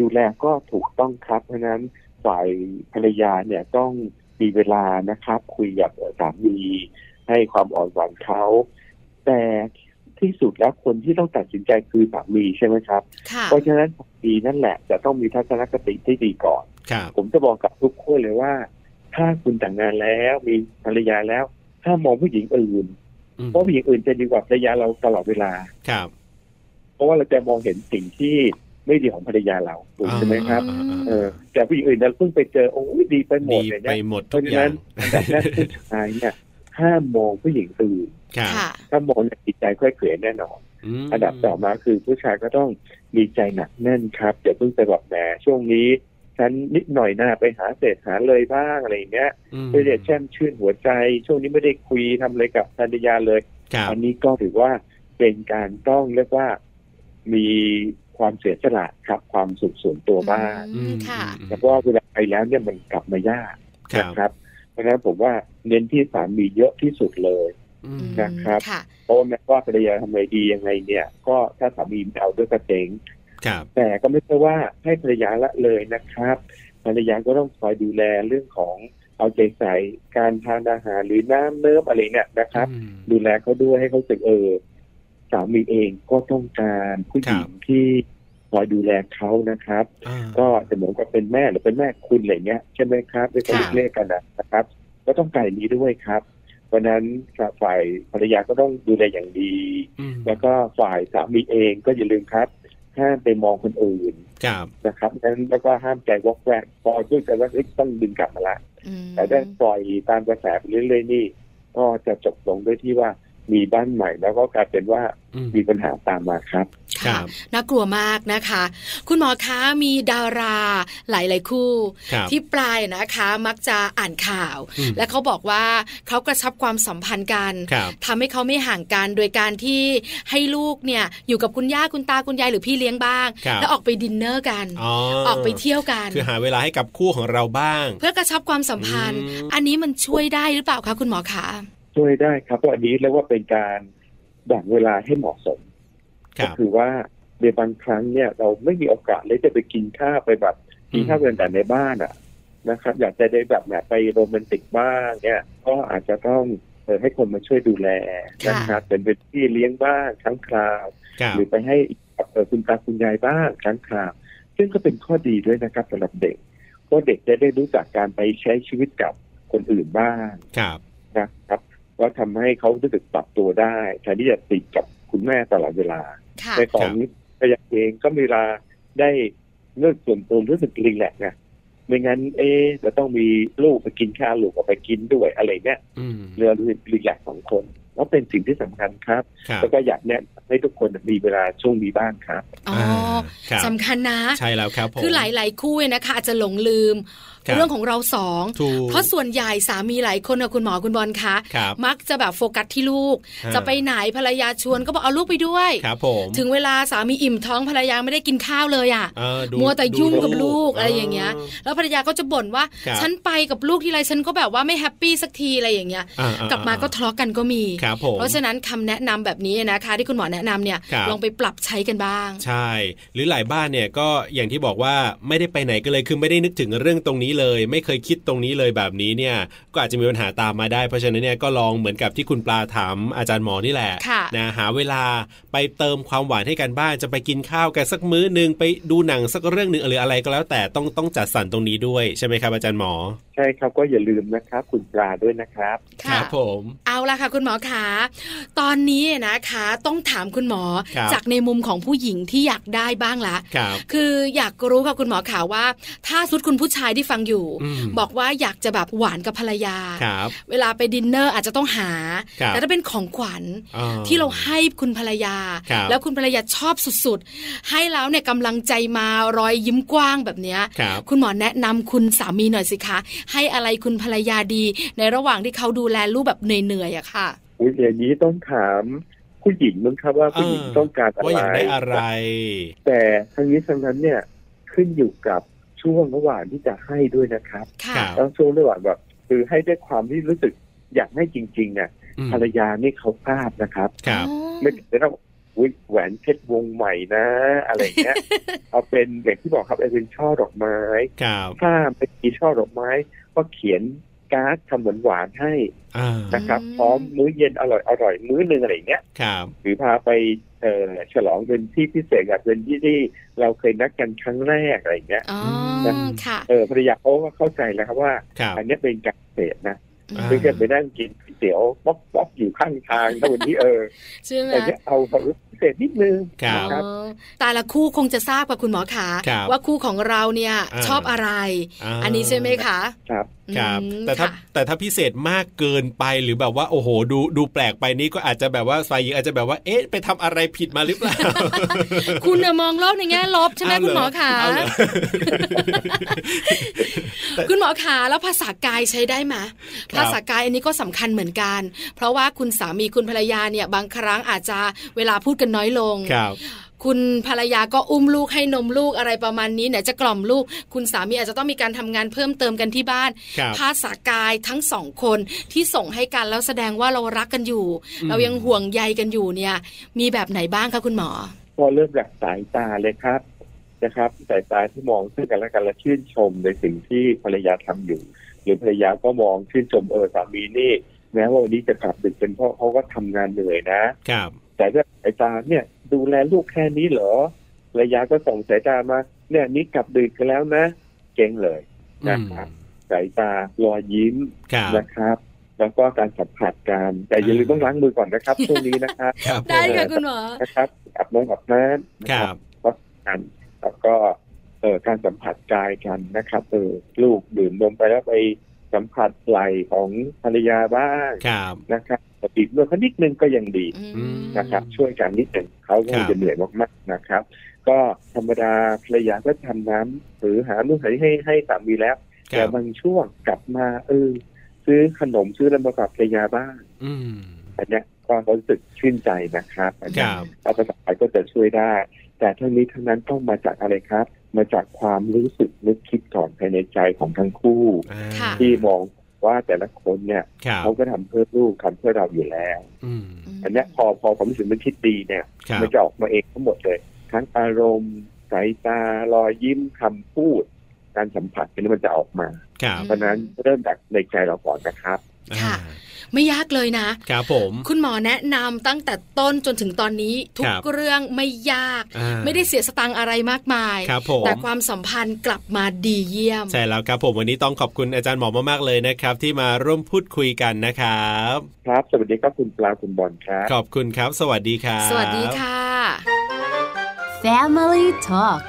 Speaker 4: ดูแลก็ถูกต้องครับเพราะฉะนั้นฝ่ายภรรยาเนี่ยต้องมีเวลานะครับ คุยกับสามีให้ความอ่อนหวานเขาแต่ที่สุดแล้วคนที่ต้องตัดสินใจคือสามีใช่ไหมครับ
Speaker 1: ค่ะ
Speaker 4: เพราะฉะนั้นดีนั่นแหละจะต้องมีทัศนคติที่ดีก่อน
Speaker 2: ครับ
Speaker 4: ผมจะบอกกับทุกคนเลยว่า ถ้าคุณแต่างงานแล้วมีภรรยาแล้ว ถ้ามองผู้หญิงอื่น
Speaker 2: อืม
Speaker 4: เพราะผู้หญิงอื่นจะดีกว่าภรรยาเราตลอดเวลา
Speaker 2: ครับ
Speaker 4: เพราะว่าเราจะมองเห็นสิ่งที่ไม่ดีของภรรยาเราถูกใช่ไหมครับ
Speaker 2: อ่าอ่า
Speaker 4: เออแต่ผู้หญิงอื่นเราเพิ่งไปเจอโอ้ยดีไปหม
Speaker 2: ดี
Speaker 4: ดเลย
Speaker 2: ไป
Speaker 4: เนี่ย
Speaker 2: หมด
Speaker 4: เพ
Speaker 2: ทุ
Speaker 4: ราะ
Speaker 2: กอ
Speaker 4: ฉะ
Speaker 2: ย่า
Speaker 4: นั้
Speaker 2: ง
Speaker 4: นแต่แรกผู้ชายเนี่ยห้ามมองผู้หญิงอื่น
Speaker 2: ครับ
Speaker 1: ค่ะ
Speaker 4: ถ้ามองเนี่ยจิตใจค่อยเขวแน่นอน
Speaker 2: ม
Speaker 4: อันดับต่อมาคือผู้ชายก็ต้องมีใจหนักแน่นครับอย่าเพิ่งไปบอกแหมช่วงนี้ ฉันนิดหน่อยหน้าไปหาเศษหาเลยบ้างอะไรอย่างเงี้ย
Speaker 2: ม
Speaker 4: เพื่อจะแช่มชื่นหัวใจ ช่วงนี้ไม่ได้คุยทำอะไรกับภรรยาเลย
Speaker 2: ครับ
Speaker 4: อันนี้ก็ถือว่าเป็นการต้องเรียกว่ามีความเสียสละครับความสุขส่วนตัวบ้าง
Speaker 1: อืมค่ะ
Speaker 4: แล้วก็เวลาไปแล้วเนี่ยมันกลับมายาก
Speaker 2: ครับ
Speaker 4: นะครับ เพราะฉะนั้นผมว่าเน้นที่สามีเยอะที่สุดเลย
Speaker 2: อืม
Speaker 4: นะครับ
Speaker 1: ค่ะ
Speaker 4: เพราะว่าแม้ว่าภรรยาทำไงดียังไงเนี่ย ก็ถ้าสามีไม่เอาด้วยกระเจง
Speaker 2: ครับ
Speaker 4: แต่ก็ไม่ใช่ว่าให้ภรรยาละเลยนะครับ ภรรยาก็ต้องคอยดูแลเรื่องของเอาใจใส่การทานอาหารหรือน้ำเนิบอะไรเนี่ยนะครับ
Speaker 2: อืม
Speaker 4: ดูแลเขาด้วยให้เขารู้สึกเออสามีเองก็ต้องการผู้หญิ
Speaker 2: ครั
Speaker 4: ง
Speaker 2: บ
Speaker 4: ที่คอยดูแลเขานะครับ
Speaker 2: อ่า
Speaker 4: ก็จะเหมือนกับเป็นแม่หรือเป็นแม่คุณอะไรเงี้ยใช่ไหมครับด้วยการ
Speaker 1: ค่ะ
Speaker 4: เรียกกันนะนะครับ ก็ต้องไก่นี้ด้วยครับเพราะฉะนั้นฝ่ายภรรยาก็ต้องดูแลอย่างดี
Speaker 2: อืม
Speaker 4: แล้วก็ฝ่ายสามีเองก็อย่าลืมครับห้ามไปมองคนอื่น
Speaker 2: ครับ
Speaker 4: นะครับนั้นแล้วก็ห้ามใจวอกแวกพอช่วยใจว่าเอ้ยต้องดึงกลับมาละ
Speaker 1: อืม
Speaker 4: แต่ได้ปล่อยตามกระแสไปเรื่อยๆนี่ ก็จะจบลงด้วยที่ว่ามีบ้านใหม่ แล้วก็กลายเป็นว่า
Speaker 2: อืม
Speaker 4: มีปัญหาตามมาครับ
Speaker 2: ครั
Speaker 1: ค่ะ
Speaker 2: บ
Speaker 1: น่ากลัวมากนะคะ คุณหมอคะมีดาราหลาย ๆ คู่
Speaker 2: ครับ
Speaker 1: ที่ปลายนะคะมักจะอ่านข่าว
Speaker 2: อืม
Speaker 1: และเขาบอกว่าเขากระชับความสัมพันธ์กัน
Speaker 2: ครับ
Speaker 1: ทำให้เขาไม่ห่างกันโดยการที่ให้ลูกเนี่ยอยู่กับคุณย่าคุณตาคุณยายหรือพี่เลี้ยงบ้าง
Speaker 2: ครับ
Speaker 1: แล้วออกไปดินเนอร์กัน
Speaker 2: อ๋อ
Speaker 1: ออกไปเที่ยวกัน
Speaker 2: คือหาเวลาให้กับคู่ของเราบ้าง
Speaker 1: เพื่อกระชับความสัมพันธ์
Speaker 2: อืม
Speaker 1: อันนี้มันช่วยได้หรือเปล่าคะคุณหมอคะ
Speaker 4: ช่วยได้ครับเพราะอันนี้เรียกว่าเป็นการแบ่งเวลาให้เหมาะสม
Speaker 2: ค
Speaker 4: ก็
Speaker 2: รับ
Speaker 4: คือว่าในบางครั้งเนี่ยเราไม่มีโอกาสเลยจะไปกินข้าวไปแบบกินข้าวกันแต่ในบ้านอ่ะนะครับ อยากจะได้แบบแบบไปโรแมนติกบ้างเนี่ยก็อาจจะต้องเออให้คนมาช่วยดูแลนะครับเป็นเป็นที่เลี้ยงบ้างครั้งคราว
Speaker 2: ครับ
Speaker 4: หรือไปให้กับเอ่อคุณตาคุณยายบ้างครั้งคราวซึ่งก็เป็นข้อดีด้วยนะครับสำหรับเด็กเพราะเด็กจะได้รู้จักการไปใช้ชีวิตกับคนอื่นบ้าง
Speaker 2: ครับ
Speaker 4: นะครับก็ทำให้เขารู้สึกปรับตัวได้แทนที่จะติดกับคุณแม่ตลอดเวลา
Speaker 1: ค่ะ
Speaker 4: ในของพยาเองก็มีเวลาได้เลือกส่วนตัวรู้สึกรีแลกซ์นะไม่งั้นเอ๊ะจะต้องมีลูกไปกินข้าวลูกออกไปกินด้วยอะไรเนี่ย
Speaker 2: อืม
Speaker 4: เรือรีแลกซ์สองคนแล้วเป็นสิ่งที่สำคัญครับ
Speaker 2: ครับ
Speaker 4: แล้วก็อยากแนะนำให้ทุกคนมีเวลาช่วงนี้บ้างครับ
Speaker 1: อ๋อ
Speaker 2: อาครับ
Speaker 1: สำคัญนะ
Speaker 2: ใช่แล้วครับผม
Speaker 1: คือหลาย ๆ คู่เนี่ยนะคะอาจจะหลงลืม
Speaker 2: ครับ
Speaker 1: เรื่องของเราสอง
Speaker 2: ถูก
Speaker 1: เพราะส่วนใหญ่สามีหลายคนนะคุณหมอคุณบอลคะ
Speaker 2: ครับ
Speaker 1: มักจะแบบโฟกัสที่ลูก
Speaker 2: อ่า
Speaker 1: จะไปไหนภรรยาชวนก็บอกเอาลูกไปด้วย
Speaker 2: ครับผม
Speaker 1: ถึงเวลาสามีอิ่มท้องภรรยาไม่ได้กินข้าวเลยอ่ะ
Speaker 2: เออดู
Speaker 1: มัวแต่ยุ่งกับลูก
Speaker 2: ดู
Speaker 1: อะไรอย่างเงี้ย แล้วภรรยาก็จะบ่นว่า
Speaker 2: ครับ
Speaker 1: ฉันไปกับลูกทีไรฉันก็แบบว่าไม่แฮปปี้สักทีอะไรอย่างเงี้ย
Speaker 2: อ่อ่
Speaker 1: กลับมาก็ทะเลาะกันก็มี
Speaker 2: ครับผม
Speaker 1: เพราะฉะนั้นคำแนะนำแบบนี้นะคะ ที่คุณหมอแนะนำเนี่ย
Speaker 2: ครับ
Speaker 1: ลองไปปรับใช้กันบ้าง
Speaker 2: ใช่ หรือหลายบ้านเนี่ยก็อย่างที่บอกว่าไม่ได้ไปไหนกันเลยคือไม่ได้นึกถึงเรื่องตรงนี้เลย ไม่เคยคิดตรงนี้เลยแบบนี้เนี่ยก็อาจจะมีปัญหาตามมาได้เพราะฉะนั้นเนี่ยก็ลองเหมือนกับที่คุณปลาถามอาจารย์หมอนี่แหละ
Speaker 1: ค่ะ
Speaker 2: นะหาเวลาไปเติมความหวานให้กันบ้างจะไปกินข้าวกันสักมื้อหนึ่งไปดูหนังสักเรื่องหนึ่งหรืออะไรก็แล้วแต่ต้องต้องจัดสรรตรงนี้ด้วยใช่ไหมครับอาจารย์หมอ
Speaker 4: ใช่ครับก็อย่าลืมนะครับ คุณปลาด้วยนะครับ
Speaker 1: ค่ะ
Speaker 2: ผม
Speaker 1: เอาละค่ะคุณหมอขาตอนนี้นะคะ ต้องถามคุณหมอ
Speaker 2: ครับ
Speaker 1: จากในมุมของผู้หญิงที่อยากได้บ้างละ
Speaker 2: ครับ
Speaker 1: คืออยากรู้ค่ะคุณหมอขาว่า ถ้าสุดคุณผู้ชายที่ฟังอยู่
Speaker 2: อืม
Speaker 1: บอกว่าอยากจะแบบหวานกับภรรยา
Speaker 2: ครับ
Speaker 1: เวลาไปดินเนอร์อาจจะต้องหา
Speaker 2: ครับ
Speaker 1: แต่ถ้าเป็นของขวัญ
Speaker 2: อ่
Speaker 1: ที่เราให้คุณภรรยา
Speaker 2: ครับ
Speaker 1: แล้วคุณภรรยาชอบสุดๆ ให้แล้วเนี่ยกำลังใจมารอยยิ้มกว้างแบบเนี้ย
Speaker 2: ครับ
Speaker 1: คุณหมอแนะนำคุณสามีหน่อยสิคะ ให้อะไรคุณภรรยาดี ในระหว่างที่เขาดูแลลูกแบบเหนื่อยๆอะค่ะ
Speaker 4: อุ้ยอย่างนี้ต้องถามผู้หญิงมั้งครับว่าผู้หญิงต้องการอะไร
Speaker 2: ว่าอยากได้อะไร
Speaker 4: แต่ทั้งนี้ทั้งนั้นเนี่ยขึ้นอยู่กับช่วงระหว่างที่จะให้ด้วยนะครับ
Speaker 1: ค่ะ
Speaker 2: ครับ
Speaker 4: ต้องช่วงระหว่างแบบคือให้ด้วยความที่รู้สึกอยากให้จริงๆเนี่ย
Speaker 2: อืม
Speaker 4: ภรรยานี่เขาทราบนะครับ
Speaker 2: ครับ
Speaker 1: อ๋อ
Speaker 4: ไม่ถึงจะต้องอุ๊ยแหวนเพชรวงใหม่นะ อะไรเงี้ย
Speaker 2: *laughs*
Speaker 4: เอาเป็นอย่างที่บอกครับเอาเป็นช่อดอกไม้
Speaker 2: ครับ
Speaker 4: ถ้าไม่มีช่อดอกไม้ ก็เขียนการ์ดคำหวานหวานๆให้
Speaker 2: อ่า
Speaker 4: นะครับพร้อมมื้อเย็นอร่อยอร่อยมื้อหนึ่งอะไรเงี้ย
Speaker 2: ครับ
Speaker 4: หรือพาไปเอ่อฉลองเป็นที่พิเศษกับเป็นที่ที่เราเคยนัดกันครั้งแรกอะไรเงี้ย
Speaker 1: อ๋อค่ะ
Speaker 4: เออภรรยาเขาก็เข้าใจแล้วครับว่า
Speaker 2: ครับ
Speaker 4: อันเนี้ยเป็นการเกษตรนะ
Speaker 2: อ่า
Speaker 4: ไม่ใช่ไปนั่งกินก๋วยเตี๋ยวป๊อกป๊อกๆอยู่ข้างทางนะวันนี้เออ
Speaker 1: ใช่ไหม
Speaker 4: แต่เนี้ยเอาความรู้สึกพิเศษนิดนึง
Speaker 2: ครับ
Speaker 4: นะ
Speaker 1: อ๋อแต่ละคู่คงจะทราบกับคุณหมอขา
Speaker 2: ครับ
Speaker 1: ว่าคู่ของเราเนี่ย
Speaker 2: อ่า
Speaker 1: ชอบอะไร
Speaker 2: อ่า
Speaker 1: อันนี้ใช่ไหมคะ
Speaker 4: ครับ
Speaker 2: ครับ
Speaker 1: อืม
Speaker 2: แต่ถ้า
Speaker 1: ค่ะ
Speaker 2: แต่ถ้าพิเศษมากเกินไปหรือแบบว่าโอ้โหดูดูแปลกไปนี่ก็อาจจะแบบว่าฝ่ายหญิงอาจจะแบบว่าเอ๊ะไปทำอะไรผิดมาหรือเปล่า
Speaker 1: คุณน่ะมองโลกในแง่ลบ *laughs* ใช่ไหม
Speaker 2: เา
Speaker 1: คุณ
Speaker 2: เร
Speaker 1: หมอขา
Speaker 2: เเหรอ
Speaker 1: คุณหมอขาแล้วภาษากายใช้ได้ไหม
Speaker 2: ครับ
Speaker 1: ภาษากายอันนี้ก็สำคัญเหมือนกัน เพราะว่าคุณสามีคุณภรรยาเนี่ยบางครั้งอาจจะเวลาพูดกันน้อยลง
Speaker 2: ครับ
Speaker 1: คุณภรรยาก็อุ้มลูกให้นมลูกอะไรประมาณนี้ไหนจะกล่อมลูก คุณสามีอาจจะต้องมีการทำงานเพิ่มเติมกันที่บ้าน
Speaker 2: ครับ
Speaker 1: ภาษากายทั้งสองคนที่ส่งให้กันแล้วแสดงว่าเรารักกันอยู่
Speaker 2: อืม
Speaker 1: เรายังห่วงใยกันอยู่เนี่ย มีแบบไหนบ้างคะคุณหมอ
Speaker 4: ก็เริ่มจากสายตาเลยครับนะครับสายตาที่มองซึ่งกันและกันและชื่นชมในสิ่งที่ภรรยาทำอยู่ หรือภรรยาก็มองชื่นชมเออสามีนี่ แม้ว่าวันนี้จะกลับดึกเป็นเพราะเขาก็ทำงานเหนื่อยนะ
Speaker 2: ครับ
Speaker 4: แต่เรื่องสายตาเนี่ยดูแลลูกแค่นี้เหรอภรรยาก็ส่งสายตามาเนี่ยนี่กลับดึกกันแล้วนะ เก่งเลย
Speaker 2: อืม
Speaker 4: นะครับ สายตารอยยิ้ม
Speaker 2: ครับ
Speaker 4: นะครับ แล้วก็การสัมผัสกันแต่อย่าลืมต้องล้างมือก่อน
Speaker 2: *laughs*
Speaker 4: นะครับ ช่วงนี้นะครับ
Speaker 2: ครับ
Speaker 1: ได้ค่ะคุณหมอ
Speaker 4: นะครับอาบน้ำอาบน้ำนะ
Speaker 2: ค
Speaker 4: ค
Speaker 2: รั
Speaker 4: รับ
Speaker 2: บ
Speaker 4: กันแล้วก็เอ่อการสัมผัสกายกันนะครับเออลูกดื่มนมไปแล้วไปสัมผัสไหล่ของภรรยาบ้าง
Speaker 2: ครับ
Speaker 4: นะครับติดเมื่อเขานิดนึงก็ยังดี
Speaker 1: อืม
Speaker 2: อืม
Speaker 4: นะครับ ช่วยกันนิดหนึ่งเขาก็ค
Speaker 2: ครั
Speaker 4: ง
Speaker 2: บ
Speaker 4: จะเหนื่อยมากๆนะครับ ก็ธรรมดาภรรยาก็ทำน้ำหรือหาลูกหาให้ให้สามีแล้ว
Speaker 2: ค
Speaker 4: แต่
Speaker 2: รับบ
Speaker 4: างช่วงกลับมาเออซื้อขนมซื้ออะไรมาฝากภรรยาบ้าง
Speaker 2: อืม
Speaker 4: อันเนี้ยก็รู้สึกชื่นใจนะครับอันเนี้
Speaker 2: ค
Speaker 4: ย
Speaker 2: รับ
Speaker 4: อาสาสมัครก็จะช่วยได้ แต่ทั้งนี้ทั้งนั้นต้องมาจากอะไรครับ มาจากความรู้สึกนึกคิดก่อนภายในใจของทั้งคู่
Speaker 2: อ่า
Speaker 1: ค่ะ
Speaker 4: ที่มองว่าแต่ละคนเนี่ย
Speaker 2: ครับ
Speaker 4: เขาก็ทำเพื่อลูกทำเพื่อเราอยู่แล้ว
Speaker 2: อืม
Speaker 4: อันเนี้ยพอพอความรู้สึกนึกคิดดีเนี่ย
Speaker 2: ครับ
Speaker 4: มันจะออกมาเองทั้งหมดเลย ทั้งอารมณ์สายตารอยยิ้มคำพูด การสัมผัสอันนี้มันจะออกมา
Speaker 2: ครับ
Speaker 4: เพราะฉะนั้นเริ่มจากในใจเราก่อนนะครับ
Speaker 1: ค่ะ
Speaker 2: อ่า
Speaker 1: ไม่ยากเลยนะ
Speaker 2: ครับผม
Speaker 1: คุณหมอแนะนำตั้งแต่ต้นจนถึงตอนนี้ทุ
Speaker 2: ค
Speaker 1: ก
Speaker 2: รับ
Speaker 1: เรื่องไม่ยาก
Speaker 2: อ่า
Speaker 1: ไม่ได้เสียสตังค์อะไรมากมาย
Speaker 2: ครับผม
Speaker 1: แต่ความสัมพันธ์กลับมาดีเยี่ยม
Speaker 2: ใช่แล้วครับผมวันนี้ต้องขอบคุณอาจารย์หมอมากๆเลยนะครับ ที่มาร่วมพูดคุยกันนะครับ
Speaker 4: ครับ สวัสดีครับคุณปลาคุณบอลครับ
Speaker 2: ขอบคุณครับ สวัสดีครับ
Speaker 1: สวัสดีค่ะ
Speaker 5: Family Talk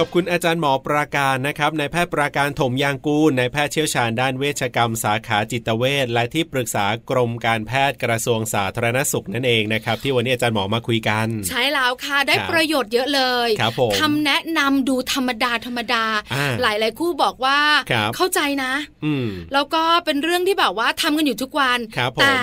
Speaker 2: ขอบคุณอาจารย์หมอประการนะครับนายแพทย์ประการถมยางกูลนายแพทย์เชี่ยวชาญด้านเวชกรรมสาขาจิตเวชและที่ปรึกษากรมการแพทย์กระทรวงสาธารณสุขนั่นเองนะครับ ที่วันนี้อาจารย์หมอมาคุยกัน
Speaker 1: ใช้แล้วค่ะได้
Speaker 2: ครับ
Speaker 1: ประโยชน์เยอะเลย
Speaker 2: ครับผม
Speaker 1: คำแนะนำดูธรรมดาธรรมดา
Speaker 2: อ่า
Speaker 1: หลายๆคู่บอกว่า
Speaker 2: ครับ
Speaker 1: เข้าใจนะ
Speaker 2: อืม
Speaker 1: แล้วก็เป็นเรื่องที่แบบว่าทำกันอยู่ทุกวัน
Speaker 2: ครับผม
Speaker 1: แต่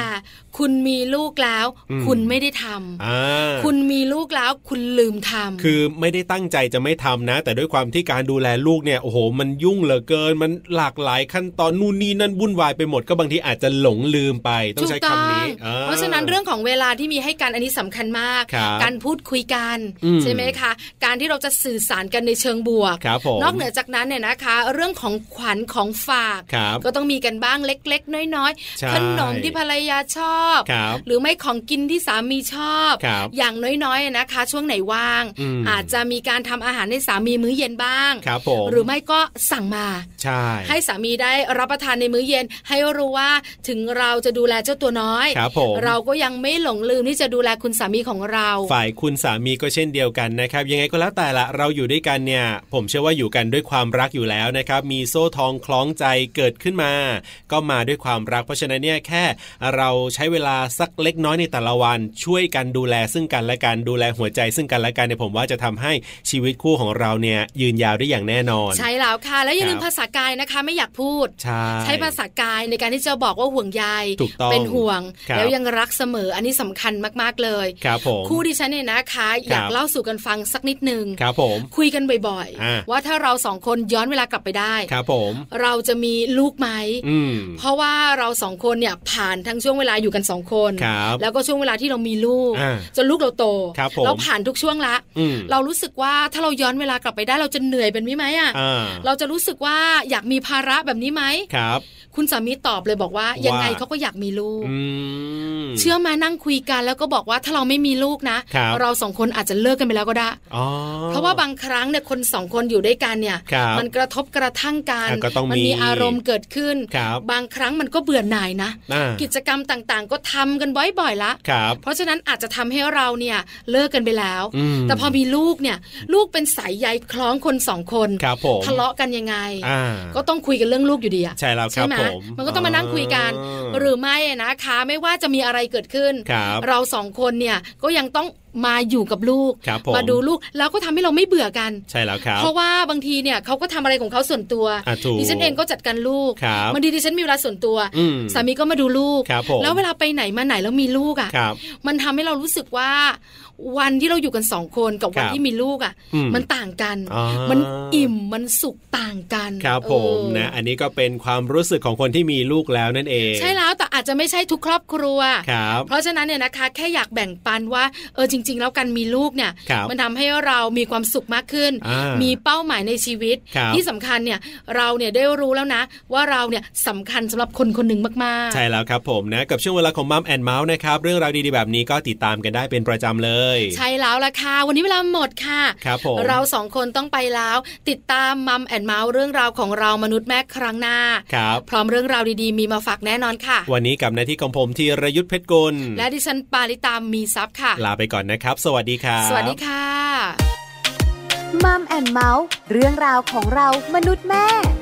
Speaker 1: คุณมีลูกแล้ว
Speaker 2: อืม
Speaker 1: คุณไม่ได้ทำ
Speaker 2: อ่า
Speaker 1: คุณมีลูกแล้ว คุณลืมทำ
Speaker 2: คือไม่ได้ตั้งใจจะไม่ทำนะ แต่ด้วยความที่การดูแลลูกเนี่ยโอ้โห มันยุ่งเหลือเกิน มันหลากหลายขั้นตอนนู่นนี่นั่นวุ่นวายไปหมดก็บางทีอาจจะหลงลืมไปต้องใช้คำนี้
Speaker 1: ถูก
Speaker 2: อ่
Speaker 1: ต้องเพราะฉะนั้นเรื่องของเวลาที่มีให้กันอันนี้สำคัญมาก
Speaker 2: ครับ
Speaker 1: การพูดคุยกัน
Speaker 2: อืม
Speaker 1: ใช่ไหมคะ การที่เราจะสื่อสารกันในเชิงบวก
Speaker 2: ครับผม
Speaker 1: นอกเหนือจากนั้นเนี่ยนะคะ เรื่องของขวัญของฝาก
Speaker 2: ครับ
Speaker 1: ก็ต้องมีกันบ้างเล็ก ๆ น้อย
Speaker 2: ใช่
Speaker 1: ๆขนมที่ภรรยาชอบ
Speaker 2: ครับ
Speaker 1: หรือไม่ของกินที่สามีชอบ
Speaker 2: ครับ
Speaker 1: อย่างน้อยๆนะคะ ช่วงไหนว่าง
Speaker 2: อืม
Speaker 1: อาจจะมีการทำอาหารให้สามีมื้อเย็นบ้าง
Speaker 2: ครับผม
Speaker 1: หรือไม่ก็สั่งมา
Speaker 2: ใช่
Speaker 1: ให้สามีได้รับประทานในมื้อเย็น ให้รู้ว่าถึงเราจะดูแลเจ้าตัวน้อย
Speaker 2: ครับผม
Speaker 1: เราก็ยังไม่หลงลืมที่จะดูแลคุณสามีของเรา
Speaker 2: ฝ่ายคุณสามีก็เช่นเดียวกันนะครับ ยังไงก็แล้วแต่ละเราอยู่ด้วยกันเนี่ย ผมเชื่อว่าอยู่กันด้วยความรักอยู่แล้วนะครับ มีโซ่ทองคล้องใจเกิดขึ้นมา ก็มาด้วยความรัก เพราะฉะนั้นเนี่ยแค่เราใช้เวลาสักเล็กน้อยในแต่ละวัน ช่วยกันดูแลซึ่งกันและกันดูแลหัวใจซึ่งกันและกันเนี่ยผมว่าจะทำให้ชีวิตคู่ของเราเนี่ยยืนยาวได้อย่างแน่นอน
Speaker 1: ใช่แล้วค่ะ แล้วอย่าลืม
Speaker 2: ครับ
Speaker 1: ภาษากายนะคะ ไม่อยากพูด
Speaker 2: ใช่
Speaker 1: ใช้ภาษากายในการที่จะบอกว่าห่วงใย
Speaker 2: ถูกต้อง
Speaker 1: เป็นห่วง
Speaker 2: ครับ
Speaker 1: แล้วยังรักเสมออันนี้สำคัญมากๆเลย
Speaker 2: ครับผม
Speaker 1: คู่ดิฉันเนี่ยนะคะ อยาก
Speaker 2: ครับ
Speaker 1: เล่าสู่กันฟังสักนิดนึง
Speaker 2: ครับผม
Speaker 1: คุยกันบ่อย
Speaker 2: อ่า
Speaker 1: ว่าถ้าเราสองคนย้อนเวลากลับไปได้
Speaker 2: ครับผม
Speaker 1: เราจะมีลูกไหม
Speaker 2: อืม
Speaker 1: เพราะว่าเราสองคนเนี่ยผ่านทั้งช่วงเวลาอยู่กันสองคน
Speaker 2: ครับ
Speaker 1: แล้วก็ช่วงเวลาที่เรามีลูก
Speaker 2: อ่า
Speaker 1: จนลูกเราโต
Speaker 2: ครับผม
Speaker 1: เราผ่านทุกช่วงละ
Speaker 2: อืม
Speaker 1: เรารู้สึกว่าถ้าเราย้อนเวลากลับไปได้เราจะเหนื่อยเป็นไหมไหมอ่ะ
Speaker 2: อ่า
Speaker 1: เราจะรู้สึกว่าอยากมีภาระแบบนี้ไหม
Speaker 2: ครับ
Speaker 1: คุณสามีตอบเลยบอกว่า
Speaker 2: ว่ายั
Speaker 1: ยังไงเขาก็อยากมีลูก
Speaker 2: อืม
Speaker 1: เชื่อมานั่งคุยกันแล้วก็บอกว่าถ้าเราไม่มีลูกนะ
Speaker 2: ครับ
Speaker 1: เราสองคนอาจจะเลิกกันไปแล้วก็ได้
Speaker 2: อ๋อ
Speaker 1: เพราะว่าบางครั้งเนี่ยคนสองคนอยู่ด้วยกันเนี่ย
Speaker 2: ครับ
Speaker 1: มันกระทบกระทั่งกัน
Speaker 2: อ่ะก็ต้อง
Speaker 1: มั
Speaker 2: มี
Speaker 1: มีอารมณ์เกิดขึ้น
Speaker 2: ครับ
Speaker 1: งครั้งมันก็เบื่อหน่ายนะ
Speaker 2: อ่า
Speaker 1: กิจกรรมต่างๆ ก็ทำกันบ่อยๆละ
Speaker 2: ครับ
Speaker 1: เพราะฉะนั้นอาจจะทำให้เราเนี่ยเลิกกันไปแล้ว
Speaker 2: ม
Speaker 1: แต่พอมีลูกเนี่ยลูกเป็นสายใยคล้องคนสองคน
Speaker 2: ครับผม
Speaker 1: ทะเลาะกันยังไง
Speaker 2: อ่า
Speaker 1: ก็ต้องคุยกันเรื่องลูกอยู่ดีอะ
Speaker 2: ใช่แล้วค
Speaker 1: ใช่
Speaker 2: รับ
Speaker 1: ไหม
Speaker 2: ผม
Speaker 1: มันก็ต้องมานั่งคุยกัน
Speaker 2: า
Speaker 1: หรือไม่นะคะ ไม่ว่าจะมีอะไรเกิดขึ้น
Speaker 2: ครับ
Speaker 1: เราสองคนเนี่ยก็ยังต้อง มาอยู่กับลูก
Speaker 2: ครับผม
Speaker 1: มาดูลูกแล้วก็ทำให้เราไม่เบื่อกัน
Speaker 2: ใช่แล้วครับ
Speaker 1: เพราะว่าบางทีเนี่ยเขาก็ทำอะไรของเขาส่วนตัว
Speaker 2: อ่ะถูก
Speaker 1: ดิฉันเองก็จัดการลูก
Speaker 2: ครับ
Speaker 1: บางทีดิฉันมีเวลาส่วนตัว
Speaker 2: อืม
Speaker 1: สามีก็มาดูลูก
Speaker 2: ครับผม
Speaker 1: แล้วเวลาไปไหนมาไหนแล้วมีลูกอ่ะ
Speaker 2: ครับ
Speaker 1: มันทำให้เรารู้สึกว่า วันที่เราอยู่กันสองคนกับวัน
Speaker 2: ครับ
Speaker 1: ที่มีลูกอ่ะ
Speaker 2: อืม
Speaker 1: มันต่างกัน
Speaker 2: อ่ามั
Speaker 1: มันอิ่มมันสุขต่างกัน
Speaker 2: ครับผม
Speaker 1: เออ
Speaker 2: นะอันนี้ก็เป็นความรู้สึกของคนที่มีลูกแล้วนั่นเอง
Speaker 1: ใช่แล้วแต่อาจจะไม่ใช่ทุกครอบครัว
Speaker 2: ครับ
Speaker 1: เพราะฉะนั้นเนี่ยนะคะแค่อยากแบ่งปันว่าเออจริง ๆ แล้วการมีลูกเนี่ย
Speaker 2: ครับ
Speaker 1: มันทำให้เรามีความสุขมากขึ้น
Speaker 2: อ่ามี
Speaker 1: มีเป้าหมายในชีวิต
Speaker 2: ครับ
Speaker 1: ที่สำคัญเนี่ยเราเนี่ยได้รู้แล้วนะ ว่าเราเนี่ยสำคัญสำหรับคนคนหนึ่งมากๆ
Speaker 2: ใช่แล้วครับผมนะกับช่วงเวลาของมัมแอนเมาส์นะครับเรื่องราวดีๆแบบนี้ก็ติดตามกันได้เป็นประจำเลย
Speaker 1: ใช่แล้วล่ะค่ะ วันนี้เวลาหมดค่ะ
Speaker 2: ครับผม
Speaker 1: เราสองคนต้องไปแล้ว ติดตามมัมแอนเมาส์เรื่องราวของเรามนุษย์แม่ครั้งหน้า
Speaker 2: ครับ
Speaker 1: พร้อมเรื่องราวดีๆ มีมาฝากแน่นอนค่ะ
Speaker 2: วันนี้กับหน้าที่ของผมธีรยุทธเพชรกุล
Speaker 1: และดิฉันปาริตามมีซับค่ะ
Speaker 2: ลาไปก่อนนะครับ สวัสดีครับ
Speaker 1: สวัสดีค่ะ
Speaker 5: มัมแอนเมาส์เรื่องราวของเรามนุษย์แม่